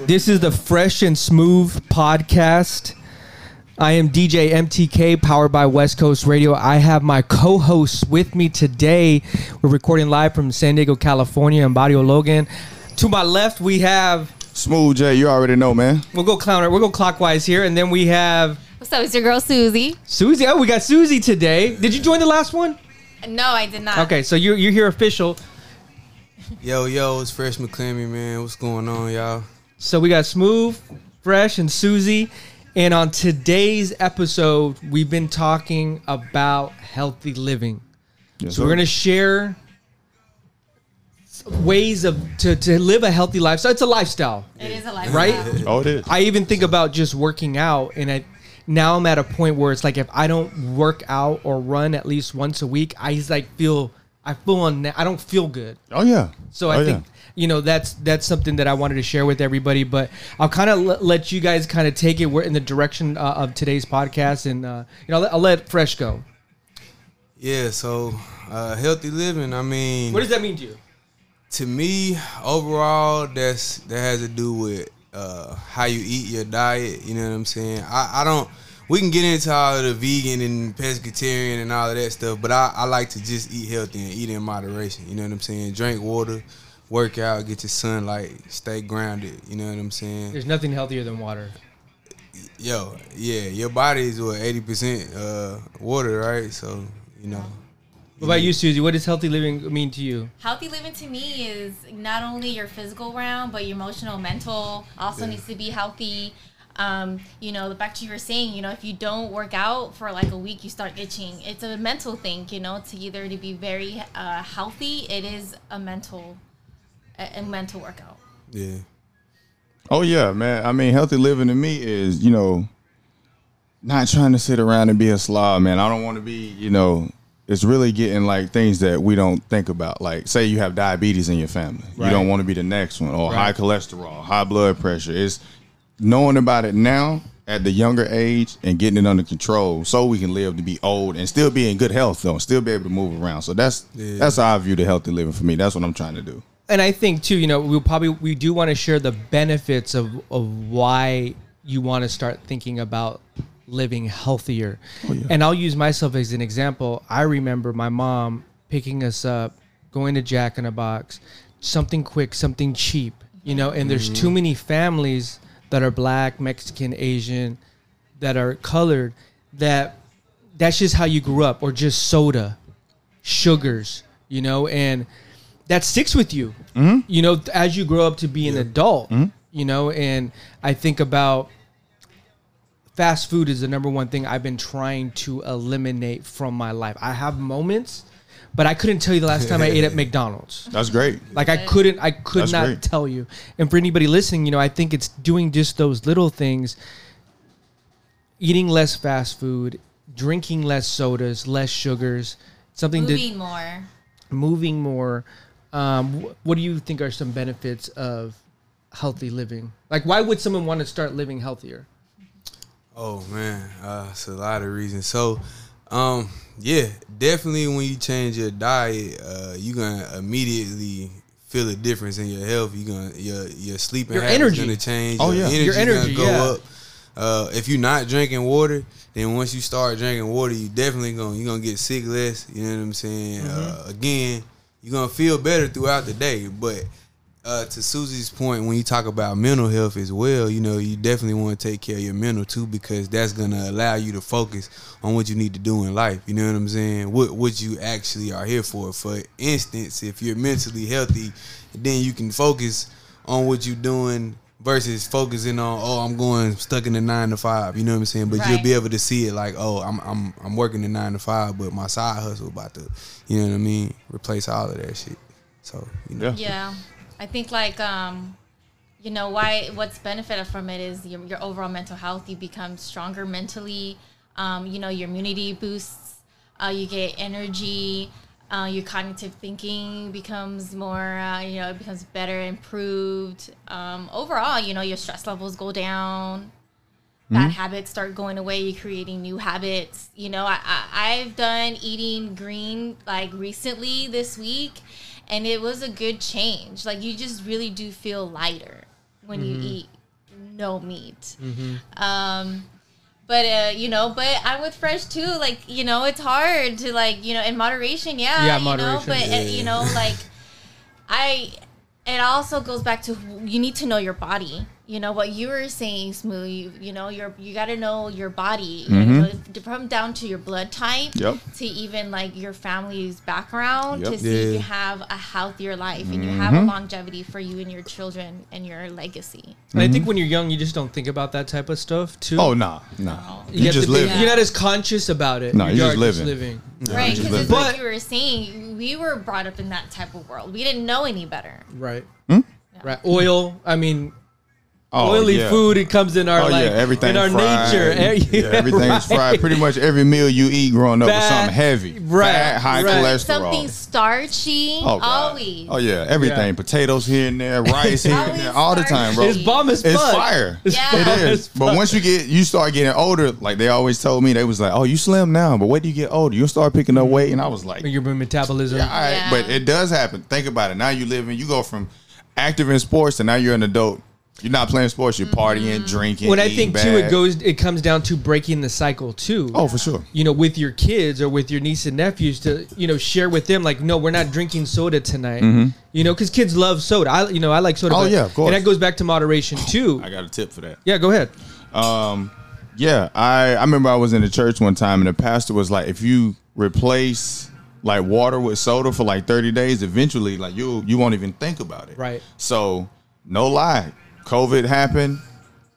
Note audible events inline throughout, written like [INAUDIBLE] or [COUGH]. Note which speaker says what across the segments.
Speaker 1: This is the Fresh and Smooth podcast. I am DJ MTK, powered by West Coast Radio. I have my co hosts with me today. We're recording live from San Diego, California, in Barrio Logan. To my left, we have,
Speaker 2: Smooth J, you already know, man.
Speaker 1: we'll go clown, we'll go clockwise here, and then we have
Speaker 3: What's up? It's your girl Susie.
Speaker 1: Susie. Oh, we got Susie today. Did you join the last one?
Speaker 3: No, I did not.
Speaker 1: Okay, so you're, you're here official.
Speaker 4: Yo, yo, it's Fresh McClammy, man. What's going on, y'all?
Speaker 1: So we got Smooth, Fresh, and Susie. And on today's episode, we've been talking about healthy living.
Speaker 2: Yes,
Speaker 1: So we're gonna share ways of to, to live a healthy lifestyle. It's a lifestyle,
Speaker 3: It is a lifestyle.
Speaker 1: right?
Speaker 2: Oh, it is.
Speaker 1: I even think about just working out, and I now I'm at a point where it's like if I don't work out or run at least once a week, I just like feel I feel on I don't feel good.
Speaker 2: oh yeah.
Speaker 1: So I
Speaker 2: Oh,
Speaker 1: think you know that's that's something that I wanted to share with everybody. But I'll kind of l- let you guys kind of take it where in the direction uh, of today's podcast, and uh, you know I'll, let- I'll let Fresh go.
Speaker 4: Yeah, so uh, healthy living. I mean,
Speaker 1: What does that mean to you?
Speaker 4: to me, overall, that's that has to do with uh, how you eat your diet. You know what I'm saying? I, I don't. We can get into all the vegan and pescatarian and all of that stuff, but I, I like to just eat healthy and eat in moderation. You know what I'm saying? Drink water, work out, get your sunlight, stay grounded. You know what I'm saying?
Speaker 1: There's nothing healthier than water.
Speaker 4: Yo, yeah, your body is what eighty percent uh, water, right? So you know,
Speaker 1: What about you, Susie? What does healthy living mean to you?
Speaker 3: Healthy living to me is not only your physical realm, but your emotional, mental also needs to be healthy. Um, you know, back to you were saying, you know, if you don't work out for like a week, you start itching. It's a mental thing, you know, to either to be very uh, healthy, it is a mental, a, a mental workout.
Speaker 4: yeah,
Speaker 2: Oh yeah, man. I mean, healthy living to me is, you know, not trying to sit around and be a slob, man. I don't want to be, you know, it's really getting like things that we don't think about. Like, say you have diabetes in your family,
Speaker 1: Right.
Speaker 2: you don't want to be the next one, or high
Speaker 1: Right.
Speaker 2: cholesterol, high blood pressure. It's knowing about it now at the younger age and getting it under control, so we can live to be old and still be in good health, though, and still be able to move around. So that's that's how I view the healthy living for me. That's what I'm trying to do.
Speaker 1: and I think too, you know, we will probably we do want to share the benefits of of why you want to start thinking about living healthier. And I'll use myself as an example. I remember my mom picking us up, going to Jack in a Box, something quick, something cheap, you know. And there's too many families that are black, Mexican, Asian, that are colored that that's just how you grew up or just soda sugars you know and that sticks with you
Speaker 2: Mm-hmm.
Speaker 1: you know th- as you grow up to be an adult you know and i think about fast food is the number one thing i've been trying to eliminate from my life i have moments but i couldn't tell you the last time i ate
Speaker 2: [LAUGHS]
Speaker 1: at mcdonald's
Speaker 2: That's great.
Speaker 1: like I couldn't, I could
Speaker 2: That's
Speaker 1: not
Speaker 2: great.
Speaker 1: tell you. And for anybody listening, you know, I think it's doing just those little things: eating less fast food, drinking less sodas, less sugars, something
Speaker 3: Moving more.
Speaker 1: that moving more. Um, wh- what do you think are some benefits of healthy living? Like, why would someone want to start living healthier?
Speaker 4: Oh man, uh, it's a lot of reasons. So, um, yeah, definitely when you change your diet, uh, you gonna immediately feel a difference in your health. You gonna your your sleeping
Speaker 1: Your
Speaker 4: habits
Speaker 1: energy.
Speaker 4: gonna change.
Speaker 2: Oh, yeah.
Speaker 4: energy
Speaker 1: Your energy,
Speaker 4: gonna go
Speaker 1: yeah.
Speaker 4: up. Uh, if you're not drinking water, then once you start drinking water, you definitely gonna you gonna get sick less. You know what I'm saying?
Speaker 1: Mm-hmm.
Speaker 4: Uh, again, you're gonna feel better throughout the day, but uh, to Susie's point, when you talk about mental health as well, you know, you definitely want to take care of your mental too because that's gonna allow you to focus on what you need to do in life. You know what I'm saying? What what you actually are here for. For instance, if you're mentally healthy, then you can focus on what you're doing versus focusing on oh I'm going stuck in the nine to five. You know what I'm saying? But you'll be
Speaker 3: Right.
Speaker 4: able to see it like oh I'm I'm I'm working the nine to five, but my side hustle about to you know what I mean replace all of that shit. So you know.
Speaker 2: Yeah.
Speaker 3: Yeah, I think like um, you know why what's benefited from it is your, your overall mental health. You become stronger mentally. Um, you know your immunity boosts. Uh, you get energy. Uh, your cognitive thinking becomes more. Uh, you know it becomes better, improved. Um, overall, you know your stress levels go down. Bad habits start going away. You're creating new habits. You know, I, I I've done eating green like recently this week, and it was a good change. Like you just really do feel lighter. when you eat no meat. Um, but uh, you know, but I'm with Fresh too. Like you know, it's hard to like you know in moderation. Yeah,
Speaker 1: Yeah,
Speaker 3: you know,
Speaker 1: moderation.
Speaker 3: but uh, you know, like I. It also goes back to who- you need to know your body. You know what you were saying, Smooth. You, you know your you got to know your body You know, d- from down to your blood type
Speaker 2: Mm-hmm. Yep.
Speaker 3: to even like your family's background
Speaker 2: Yep. Mm-hmm.
Speaker 3: to see if
Speaker 4: Yeah.
Speaker 3: you have a healthier life and you have a longevity for you and your children and your legacy.
Speaker 1: And I think when you're young, you just don't think about that type of stuff too.
Speaker 2: Mm-hmm. Oh nah, nah.
Speaker 1: you
Speaker 2: You
Speaker 1: have
Speaker 2: just
Speaker 1: to think-
Speaker 2: live.
Speaker 1: You're not as conscious about it.
Speaker 2: No, you're just living.
Speaker 1: living.
Speaker 3: Right,
Speaker 2: just
Speaker 3: because it's
Speaker 2: live.
Speaker 3: like
Speaker 1: But-
Speaker 3: you were saying, we were brought up in that type of world. We didn't know any better.
Speaker 1: Right. Right. Oil. I mean,
Speaker 2: Hmm? Oh,
Speaker 1: oily
Speaker 2: yeah.
Speaker 1: food. It comes in our
Speaker 2: Oh
Speaker 1: like
Speaker 2: yeah, everything
Speaker 1: in our
Speaker 2: fried.
Speaker 1: nature. Eh, [LAUGHS]
Speaker 2: Yeah,
Speaker 1: yeah,
Speaker 2: everything's
Speaker 1: right.
Speaker 2: fried. Pretty much every meal you eat growing up was
Speaker 1: Fat,
Speaker 2: something heavy,
Speaker 1: right,
Speaker 2: Fat, high
Speaker 1: right.
Speaker 2: cholesterol.
Speaker 3: Something starchy,
Speaker 2: Oh, God.
Speaker 3: always.
Speaker 2: Oh yeah, everything.
Speaker 1: Yeah.
Speaker 2: Potatoes here and there, rice here and there,
Speaker 3: Always
Speaker 2: all the time, bro.
Speaker 1: It's bomb as fuck.
Speaker 2: It's fire.
Speaker 3: Yeah.
Speaker 2: It is.
Speaker 1: It's
Speaker 2: But
Speaker 1: fuck.
Speaker 2: once you get, you start getting older. Like they always told me, they was like, "Oh, you slim now, but when do you get older, you'll start picking up weight." And I was like,
Speaker 1: Your metabolism.
Speaker 2: "All right,"
Speaker 3: Yeah.
Speaker 2: but it does happen. Think about it. Now you living, you go from active in sports, and now you're an adult. You're not playing sports. You're partying, drinking.
Speaker 1: when I
Speaker 2: eating
Speaker 1: think too,
Speaker 2: bad.
Speaker 1: it goes. It comes down to breaking the cycle too.
Speaker 2: Oh, for sure.
Speaker 1: you know, with your kids or with your niece and nephews to, you know, share with them, like, no, we're not drinking soda tonight. You know, because kids love soda. I, you know, I like soda.
Speaker 2: Oh,
Speaker 1: but-
Speaker 2: yeah, of course. Oh,
Speaker 1: And that goes back to moderation, too.
Speaker 2: I got a tip for that.
Speaker 1: yeah, go ahead.
Speaker 2: Yeah, I, I remember I was in the church one time and the pastor was like, if you replace like water with soda for like 30 days, eventually like you you won't even think about it.
Speaker 1: Right.
Speaker 2: So no lie, COVID happened.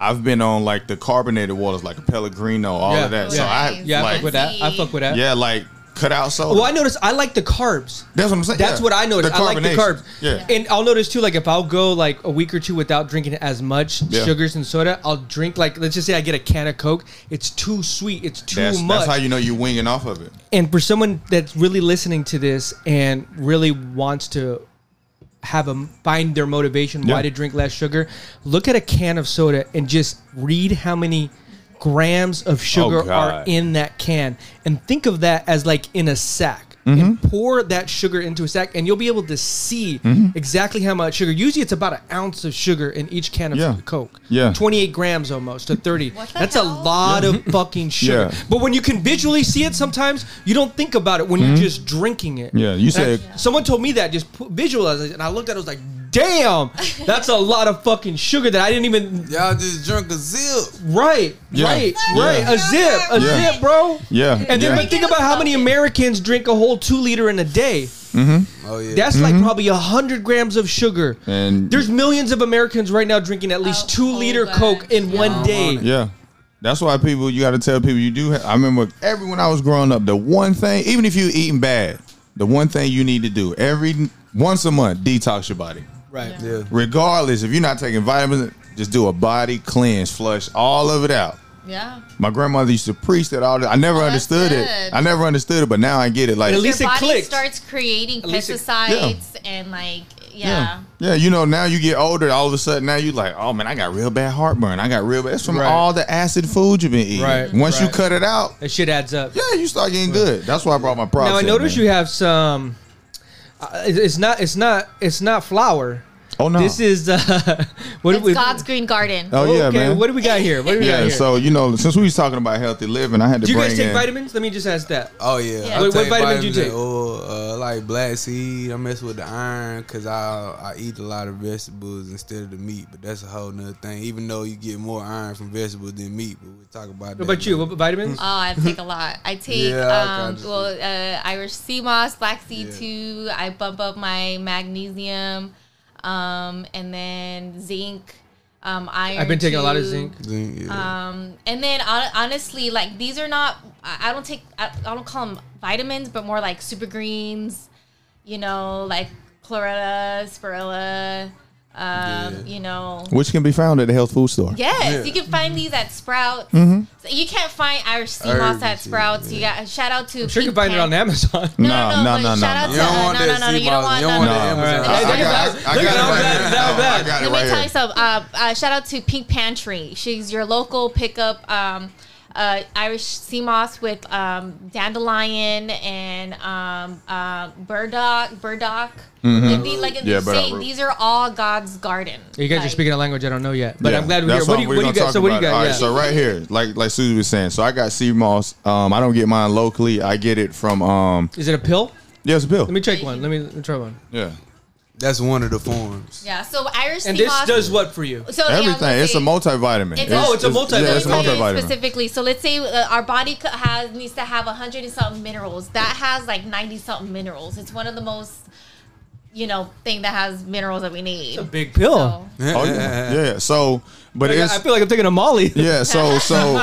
Speaker 2: I've been on like the carbonated waters, like a Pellegrino, all
Speaker 1: Yeah.
Speaker 2: of that.
Speaker 1: Yeah.
Speaker 2: So I
Speaker 1: Yeah, I
Speaker 2: like,
Speaker 1: fuck with that. I fuck with that.
Speaker 2: yeah, like cut out soda.
Speaker 1: Well, I noticed I like the carbs.
Speaker 2: That's what I'm saying.
Speaker 1: That's
Speaker 2: Yeah.
Speaker 1: what I noticed.
Speaker 2: The
Speaker 1: I like the
Speaker 2: carbonation.
Speaker 1: carbs.
Speaker 2: Yeah.
Speaker 1: And I'll notice too, like if I'll go like a week or two without drinking as much
Speaker 2: Yeah.
Speaker 1: sugars and soda, I'll drink like let's just say I get a can of Coke. It's too sweet. It's too
Speaker 2: That's,
Speaker 1: much.
Speaker 2: that's how you know you're winging off of it.
Speaker 1: and for someone that's really listening to this and really wants to have a find their motivation
Speaker 2: Yeah.
Speaker 1: why to drink less sugar look at a can of soda and just read how many grams of sugar are
Speaker 2: Oh, God.
Speaker 1: in that can and think of that as like in a sack and
Speaker 2: Mm-hmm.
Speaker 1: pour that sugar into a sack and you'll be able to see
Speaker 2: Mm-hmm.
Speaker 1: exactly how much sugar usually it's about an ounce of sugar in each can of
Speaker 2: Yeah.
Speaker 1: coke
Speaker 2: Yeah.
Speaker 1: 28 grams almost to 30
Speaker 3: What the
Speaker 1: that's a
Speaker 3: hell?
Speaker 1: lot of fucking sugar
Speaker 2: Yeah.
Speaker 1: but when you can visually see it, sometimes you don't think about it when you're just drinking it.
Speaker 2: Mm-hmm. Yeah, you
Speaker 1: And I-
Speaker 2: said-
Speaker 1: someone told me that just pu- visualize it, and I looked at it. I was like, "Damn, that's a lot of fucking sugar that I didn't even."
Speaker 4: Y'all just drunk a zip.
Speaker 1: Right,
Speaker 2: Yeah.
Speaker 1: right,
Speaker 2: Yeah.
Speaker 1: right. A zip, a
Speaker 2: Yeah.
Speaker 1: zip, bro.
Speaker 2: Yeah.
Speaker 1: And
Speaker 2: yeah.
Speaker 1: then, but think about how many Americans drink a whole two liter in a day.
Speaker 4: Oh yeah.
Speaker 1: That's like
Speaker 2: Mm-hmm.
Speaker 1: probably a hundred grams of sugar.
Speaker 2: And-
Speaker 1: there's millions of Americans right now drinking at least
Speaker 3: Oh,
Speaker 1: two
Speaker 3: oh,
Speaker 1: liter
Speaker 3: God.
Speaker 1: Coke in
Speaker 3: Yeah.
Speaker 1: one day.
Speaker 2: Yeah. That's why people, you got to tell people you do. Have, I remember every when I was growing up, the one thing, even if you eating bad, the one thing you need to do every once a month, detox your body.
Speaker 1: Right.
Speaker 4: yeah.
Speaker 2: Regardless, if you're not taking vitamins, just do a body cleanse, flush all of it out.
Speaker 3: Yeah.
Speaker 2: My grandmother used to preach that all. The, I never
Speaker 3: Oh, that's
Speaker 2: understood it.
Speaker 3: good.
Speaker 2: I never understood it, but now I get it. Like
Speaker 1: At least
Speaker 3: your
Speaker 1: it
Speaker 3: body
Speaker 1: clicked.
Speaker 3: starts creating
Speaker 1: least it-
Speaker 3: pesticides and like, yeah.
Speaker 2: Yeah, you know, now you get older, all of a sudden now you like, oh man, I got real bad heartburn. I got real bad. It's from
Speaker 1: Right.
Speaker 2: all the acid food you've been eating.
Speaker 1: Right,
Speaker 2: Once you
Speaker 1: right.
Speaker 2: cut it out,
Speaker 1: That shit adds up.
Speaker 2: Yeah, you start getting good. That's why I brought my props.
Speaker 1: Now I
Speaker 2: in,
Speaker 1: noticed
Speaker 2: man.
Speaker 1: you have some. Uh, it- it's not. It's not. It's not flour.
Speaker 2: Oh no.
Speaker 1: This is. Uh, [LAUGHS] what do
Speaker 3: It's
Speaker 1: we?
Speaker 3: God's green garden.
Speaker 2: Oh yeah,
Speaker 1: okay,
Speaker 2: man.
Speaker 1: What do we got here? What do we got
Speaker 2: yeah.
Speaker 1: here?
Speaker 2: So you know, since we was talking about healthy living, I had to
Speaker 1: do you
Speaker 2: bring
Speaker 1: guys take
Speaker 2: in.
Speaker 1: vitamins? Let me just ask that.
Speaker 4: Oh yeah.
Speaker 3: Yeah.
Speaker 4: I
Speaker 1: What- what vitamin do you
Speaker 4: vitamins and
Speaker 1: take?
Speaker 4: Oil, uh, like black seed. I mess with the iron because I I eat a lot of vegetables instead of the meat. But that's a whole nother thing. Even though you get more iron from vegetables than meat, but we'll talk about that.
Speaker 1: What about you? What about vitamins?
Speaker 3: Oh, I take a lot.
Speaker 1: [LAUGHS]
Speaker 3: I take
Speaker 4: Yeah, I
Speaker 3: um,
Speaker 4: kinda
Speaker 3: well uh, Irish sea moss, black sea
Speaker 4: Yeah.
Speaker 3: two. I bump up my magnesium, um, and then zinc, um, iron.
Speaker 1: I've been taking a lot of
Speaker 3: too.
Speaker 1: zinc.
Speaker 4: Then, yeah.
Speaker 3: Um, and then hon- honestly, like these are not. I I don't take. I, I don't call them vitamins, but more like super greens. You know, like chlorella, spirilla. Um, You know.
Speaker 2: Which can be found at the health food store.
Speaker 3: Yes,
Speaker 4: Yeah.
Speaker 3: you can find these at Sprouts. So you can't find Irish sea moss
Speaker 4: Herbs
Speaker 3: at
Speaker 4: and
Speaker 3: Sprouts. You got shout out to.
Speaker 1: I'm sure you can find it on
Speaker 2: [LAUGHS]
Speaker 1: Amazon.
Speaker 3: No, no, no, no, no. Shout out
Speaker 4: no.
Speaker 3: to
Speaker 4: You don't
Speaker 3: uh,
Speaker 4: want
Speaker 3: no,
Speaker 4: that
Speaker 3: no, no,
Speaker 4: sea
Speaker 3: you don't
Speaker 4: moss.
Speaker 3: want
Speaker 4: You
Speaker 3: that.
Speaker 4: don't want that
Speaker 1: All right. Hey,
Speaker 2: I, I
Speaker 4: Amazon.
Speaker 1: check it out.
Speaker 2: got, I
Speaker 1: Look at
Speaker 2: got it
Speaker 1: how
Speaker 2: right
Speaker 1: bad-
Speaker 2: here.
Speaker 1: how
Speaker 2: No,
Speaker 1: bad.
Speaker 2: I got it
Speaker 3: Let me
Speaker 2: right
Speaker 3: tell
Speaker 2: here.
Speaker 3: you something. Uh, uh, shout out to Pink Pantry. She's your local pickup um, uh, Irish sea moss with um, dandelion and um, uh, burdock. Burdock. It'd be like
Speaker 2: Mm-hmm. Yeah,
Speaker 3: yeah,
Speaker 2: burdock
Speaker 3: say,
Speaker 2: root.
Speaker 3: these are all God's garden.
Speaker 1: You guys are
Speaker 3: Like,
Speaker 1: speaking a language I don't know yet, but
Speaker 2: Yeah,
Speaker 1: I'm glad we're here.
Speaker 2: that's
Speaker 1: What do you,
Speaker 2: we're
Speaker 1: what do you
Speaker 2: gonna
Speaker 1: guys? So
Speaker 2: talk
Speaker 1: what do you
Speaker 2: about. All right,
Speaker 1: guys?
Speaker 2: so right here, like like Susie was saying, so I got sea moss. Um, I don't get mine locally. I get it from um.
Speaker 1: yeah. Is it a pill?
Speaker 2: Yeah, it's a pill.
Speaker 1: Let me check one. Let me, let me try one.
Speaker 2: Yeah,
Speaker 4: That's one of the forms.
Speaker 3: Yeah. So Irish
Speaker 1: And
Speaker 3: sea
Speaker 1: this
Speaker 3: moss.
Speaker 1: does what for you?
Speaker 3: so, yeah,
Speaker 2: everything.
Speaker 3: let's
Speaker 2: it's a
Speaker 3: say-
Speaker 2: multivitamin.
Speaker 3: It's a- Oh,
Speaker 1: it's a multivitamin.
Speaker 2: Yeah,
Speaker 3: Let
Speaker 2: it's a
Speaker 3: me tell you
Speaker 2: multivitamin.
Speaker 3: specifically. So let's say uh, our body co- has needs to have 100 and something minerals. That has like 90 something minerals. It's one of the most, you know, thing that has minerals that we need.
Speaker 1: A big pill.
Speaker 3: So,
Speaker 4: [LAUGHS]
Speaker 2: Oh yeah, yeah. So, but
Speaker 1: Like, I-
Speaker 2: it's
Speaker 1: I feel like I'm taking a Molly.
Speaker 2: Yeah, so so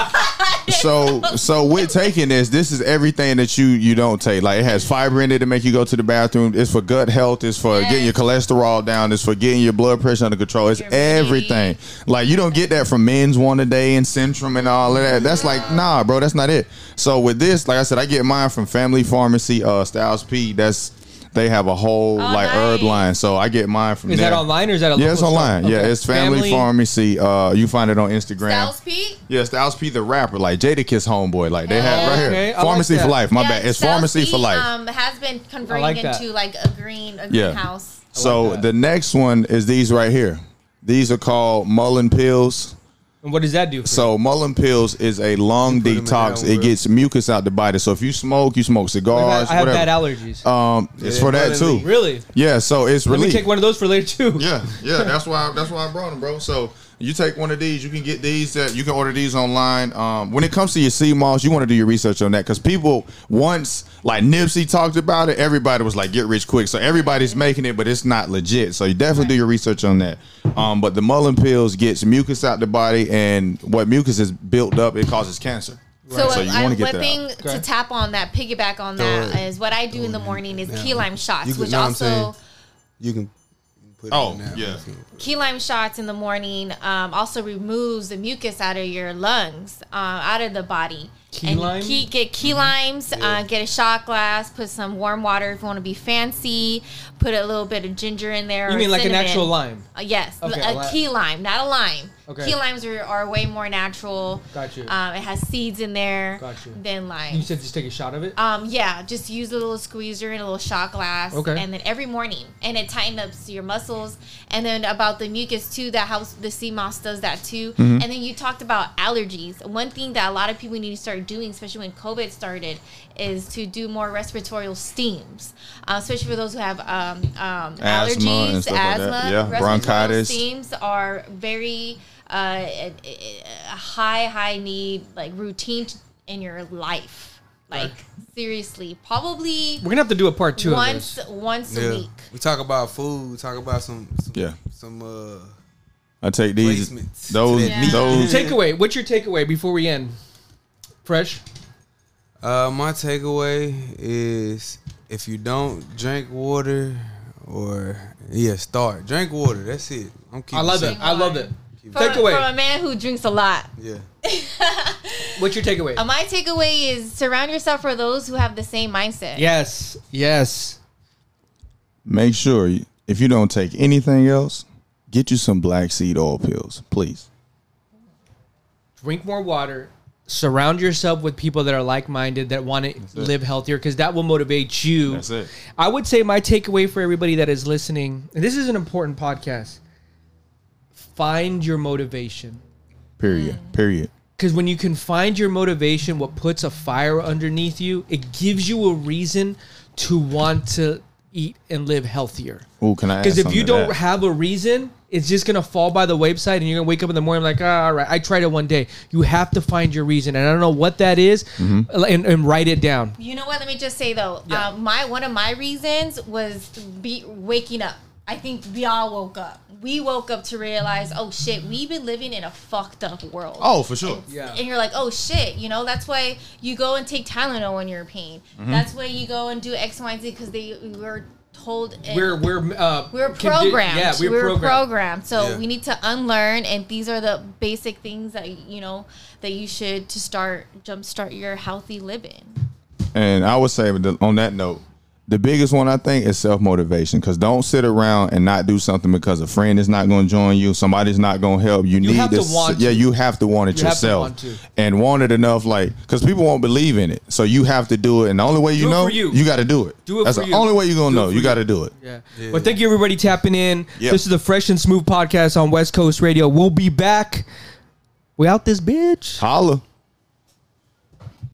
Speaker 2: so so with taking this, this is everything that you you don't take. Like it has fiber in it to make you go to the bathroom. It's for gut health. It's for getting your cholesterol down. It's for getting your blood pressure under control. It's
Speaker 3: Your
Speaker 2: everything. Like you don't get that from men's one a day and Centrum and all of that. That's like nah, bro. That's not it. So with this, like I said, I get mine from Family Pharmacy, uh, Styles P. That's they have a whole like herb
Speaker 3: nice.
Speaker 2: line. So I get mine from
Speaker 1: Is
Speaker 2: there.
Speaker 1: that online or is that a
Speaker 2: Yeah, it's
Speaker 1: local store?
Speaker 2: online. Yeah,
Speaker 1: Okay.
Speaker 2: it's Family, Pharmacy. Uh, you find it on Instagram.
Speaker 3: Styles Pete.
Speaker 2: Yeah, Styles P the rapper, like Jadakiss homeboy, like they have right here.
Speaker 1: Okay, I like
Speaker 2: pharmacy
Speaker 1: that.
Speaker 2: for life. My
Speaker 3: Yeah,
Speaker 2: bad. It's
Speaker 3: Styles
Speaker 2: pharmacy
Speaker 3: P,
Speaker 2: for life.
Speaker 3: Um, has been converting
Speaker 1: like that.
Speaker 3: into like a green a
Speaker 2: Yeah.
Speaker 3: greenhouse.
Speaker 2: so
Speaker 1: that.
Speaker 2: the next one is these right here. These are called Mullen pills.
Speaker 1: And what does that do? For you?
Speaker 2: So Mullen pills is a lung
Speaker 4: put 'em in
Speaker 2: detox.
Speaker 4: that
Speaker 2: It
Speaker 4: world.
Speaker 2: gets mucus out the body. So if you smoke, you
Speaker 1: I
Speaker 2: smoke cigars,
Speaker 1: have, I have
Speaker 2: whatever.
Speaker 1: bad allergies.
Speaker 2: um, it's
Speaker 4: Yeah,
Speaker 2: for that
Speaker 4: Mullen
Speaker 2: too.
Speaker 4: leaf.
Speaker 1: really?
Speaker 2: Yeah, so it's
Speaker 1: Let me
Speaker 2: relief.
Speaker 1: take one of those for later too.
Speaker 2: Yeah,
Speaker 3: [LAUGHS]
Speaker 2: yeah, that's why that's why I brought them, bro. So you take one of these, you can get these that you can order these online. Um, when it comes to your sea moss, you want to do your research on that because people once like Nipsey talked about it, everybody was like get rich quick. So everybody's making it, but it's not legit. So you definitely do your research on that. Um, but the Mullen pills gets mucus out the body, and what mucus is built up, it causes cancer.
Speaker 3: So,
Speaker 2: So you
Speaker 3: I'm
Speaker 2: wanna get that
Speaker 3: whipping
Speaker 1: Okay.
Speaker 3: to tap on that, piggyback on that is
Speaker 4: Throw it.
Speaker 3: what I do in the morning is key
Speaker 4: Oh, Yeah.
Speaker 3: lime shots,
Speaker 4: You can-
Speaker 3: which
Speaker 4: know what I'm
Speaker 3: also
Speaker 4: saying? You can put it
Speaker 2: Oh,
Speaker 4: in that
Speaker 2: yeah.
Speaker 4: one.
Speaker 3: key lime shots in the morning um, also removes the mucus out of your lungs, uh, out of the body.
Speaker 1: Key
Speaker 3: and
Speaker 1: lime? Mm-hmm.
Speaker 3: Key, get key limes, uh, get a shot glass, put some warm water if you want to be fancy, put a little bit of ginger in there.
Speaker 1: You
Speaker 3: or
Speaker 1: mean like
Speaker 3: cinnamon.
Speaker 1: an actual lime?
Speaker 3: Uh, yes,
Speaker 1: Okay,
Speaker 3: a
Speaker 1: a li-
Speaker 3: key lime, not a lime.
Speaker 1: Okay.
Speaker 3: Key limes are, are way more natural.
Speaker 1: Got you.
Speaker 3: Um, it has seeds in there
Speaker 1: Got you.
Speaker 3: than lime.
Speaker 1: You said just take a shot of it.
Speaker 3: Um, yeah, just use a little squeezer and a little shot glass.
Speaker 1: Okay.
Speaker 3: And then every morning, and it tightens up your muscles. And then about the mucus too, that helps. The sea moss does that too.
Speaker 2: Mm-hmm.
Speaker 3: And then you talked about allergies. One thing that a lot of people need to start doing, especially when COVID started, is to do more respiratory steams, uh, especially for those who have um, um,
Speaker 2: Asthma
Speaker 3: allergies,
Speaker 2: and stuff like that.
Speaker 3: asthma,
Speaker 2: Yeah,
Speaker 3: respiratory
Speaker 2: bronchitis.
Speaker 3: Steams are very uh, a, a- a high, high need, like routine t- in your life. Like seriously, probably
Speaker 1: We're gonna have to do a part two of
Speaker 3: once
Speaker 1: this.
Speaker 3: once a
Speaker 4: Yeah.
Speaker 3: week.
Speaker 4: We talk about food. We talk about some. some
Speaker 2: Yeah.
Speaker 4: Some uh.
Speaker 2: I take these
Speaker 4: Placements.
Speaker 2: those
Speaker 3: Yeah.
Speaker 2: those.
Speaker 1: Takeaway. What's your takeaway before we end? Fresh.
Speaker 4: Uh, my takeaway is if you don't drink water, or yeah, start drink water. That's it. I'm keeping.
Speaker 1: I love it.
Speaker 4: simple.
Speaker 1: I love it.
Speaker 4: Keep
Speaker 3: From, from a
Speaker 1: Takeaway.
Speaker 3: man who drinks a lot.
Speaker 4: Yeah.
Speaker 1: What's your takeaway?
Speaker 3: Uh, my takeaway is surround yourself with those who have the same mindset.
Speaker 1: Yes. Yes.
Speaker 2: make sure you- if you don't take anything else, get you some black seed oil pills, please.
Speaker 1: drink more water surround yourself with people that are like-minded that want to live healthier because that will motivate you
Speaker 2: That's it.
Speaker 1: i would say my takeaway for everybody that is listening and this is an important podcast find your motivation
Speaker 2: Period. Period.
Speaker 1: because when you can find your motivation what puts a fire underneath you it gives you a reason to want to eat and live healthier
Speaker 2: Ooh, can I? add
Speaker 1: because if
Speaker 2: something
Speaker 1: you
Speaker 2: to
Speaker 1: don't
Speaker 2: that?
Speaker 1: have a reason, it's just gonna fall by the website, and you're gonna wake up in the morning like, "Ah, all right, I tried it one day. You have to find your reason, and I don't know what that is,
Speaker 2: Mm-hmm.
Speaker 1: and, and write it down.
Speaker 3: You know what? Let me just say though,
Speaker 1: Yeah.
Speaker 3: uh, my one of my reasons was be waking up. I think we all woke up. We woke up to realize, oh shit, we've been living in a fucked up world.
Speaker 2: oh, for sure.
Speaker 1: Yeah.
Speaker 3: and you're like, oh shit, you know, that's why you go and take Tylenol when you're in pain.
Speaker 1: Mm-hmm.
Speaker 3: That's why you go and do X, Y, and Z because they were told and
Speaker 1: We're we're uh,
Speaker 3: we're
Speaker 1: condi-
Speaker 3: programmed.
Speaker 1: yeah, we're, programmed.
Speaker 3: So
Speaker 4: Yeah.
Speaker 3: we need to unlearn, and these are the basic things that you know that you should to start jumpstart your healthy living.
Speaker 2: And I would say with the- on that note, the biggest one I think is self motivation. Cause don't sit around and not do something because a friend is not going to join you, somebody's not going to help. You,
Speaker 1: You
Speaker 2: need
Speaker 1: have to
Speaker 2: this.
Speaker 1: want
Speaker 2: yeah,
Speaker 1: to.
Speaker 2: you have to want it
Speaker 1: You have to
Speaker 2: yourself,
Speaker 1: want to.
Speaker 2: and want it enough. Like, cause people won't believe in it, so you have to do it. And the only way you
Speaker 1: Do it
Speaker 2: know,
Speaker 1: for you.
Speaker 2: got to do it.
Speaker 1: Do it
Speaker 2: That's
Speaker 1: for
Speaker 2: the
Speaker 1: you.
Speaker 2: only way you're gonna
Speaker 1: Do it
Speaker 2: know.
Speaker 1: for
Speaker 2: You
Speaker 1: you.
Speaker 2: got to do it.
Speaker 1: Yeah. Well, thank you everybody tapping in.
Speaker 2: Yeah.
Speaker 1: This is the Fresh and Smooth podcast on West Coast Radio. We'll be back. We out this bitch.
Speaker 2: Holla.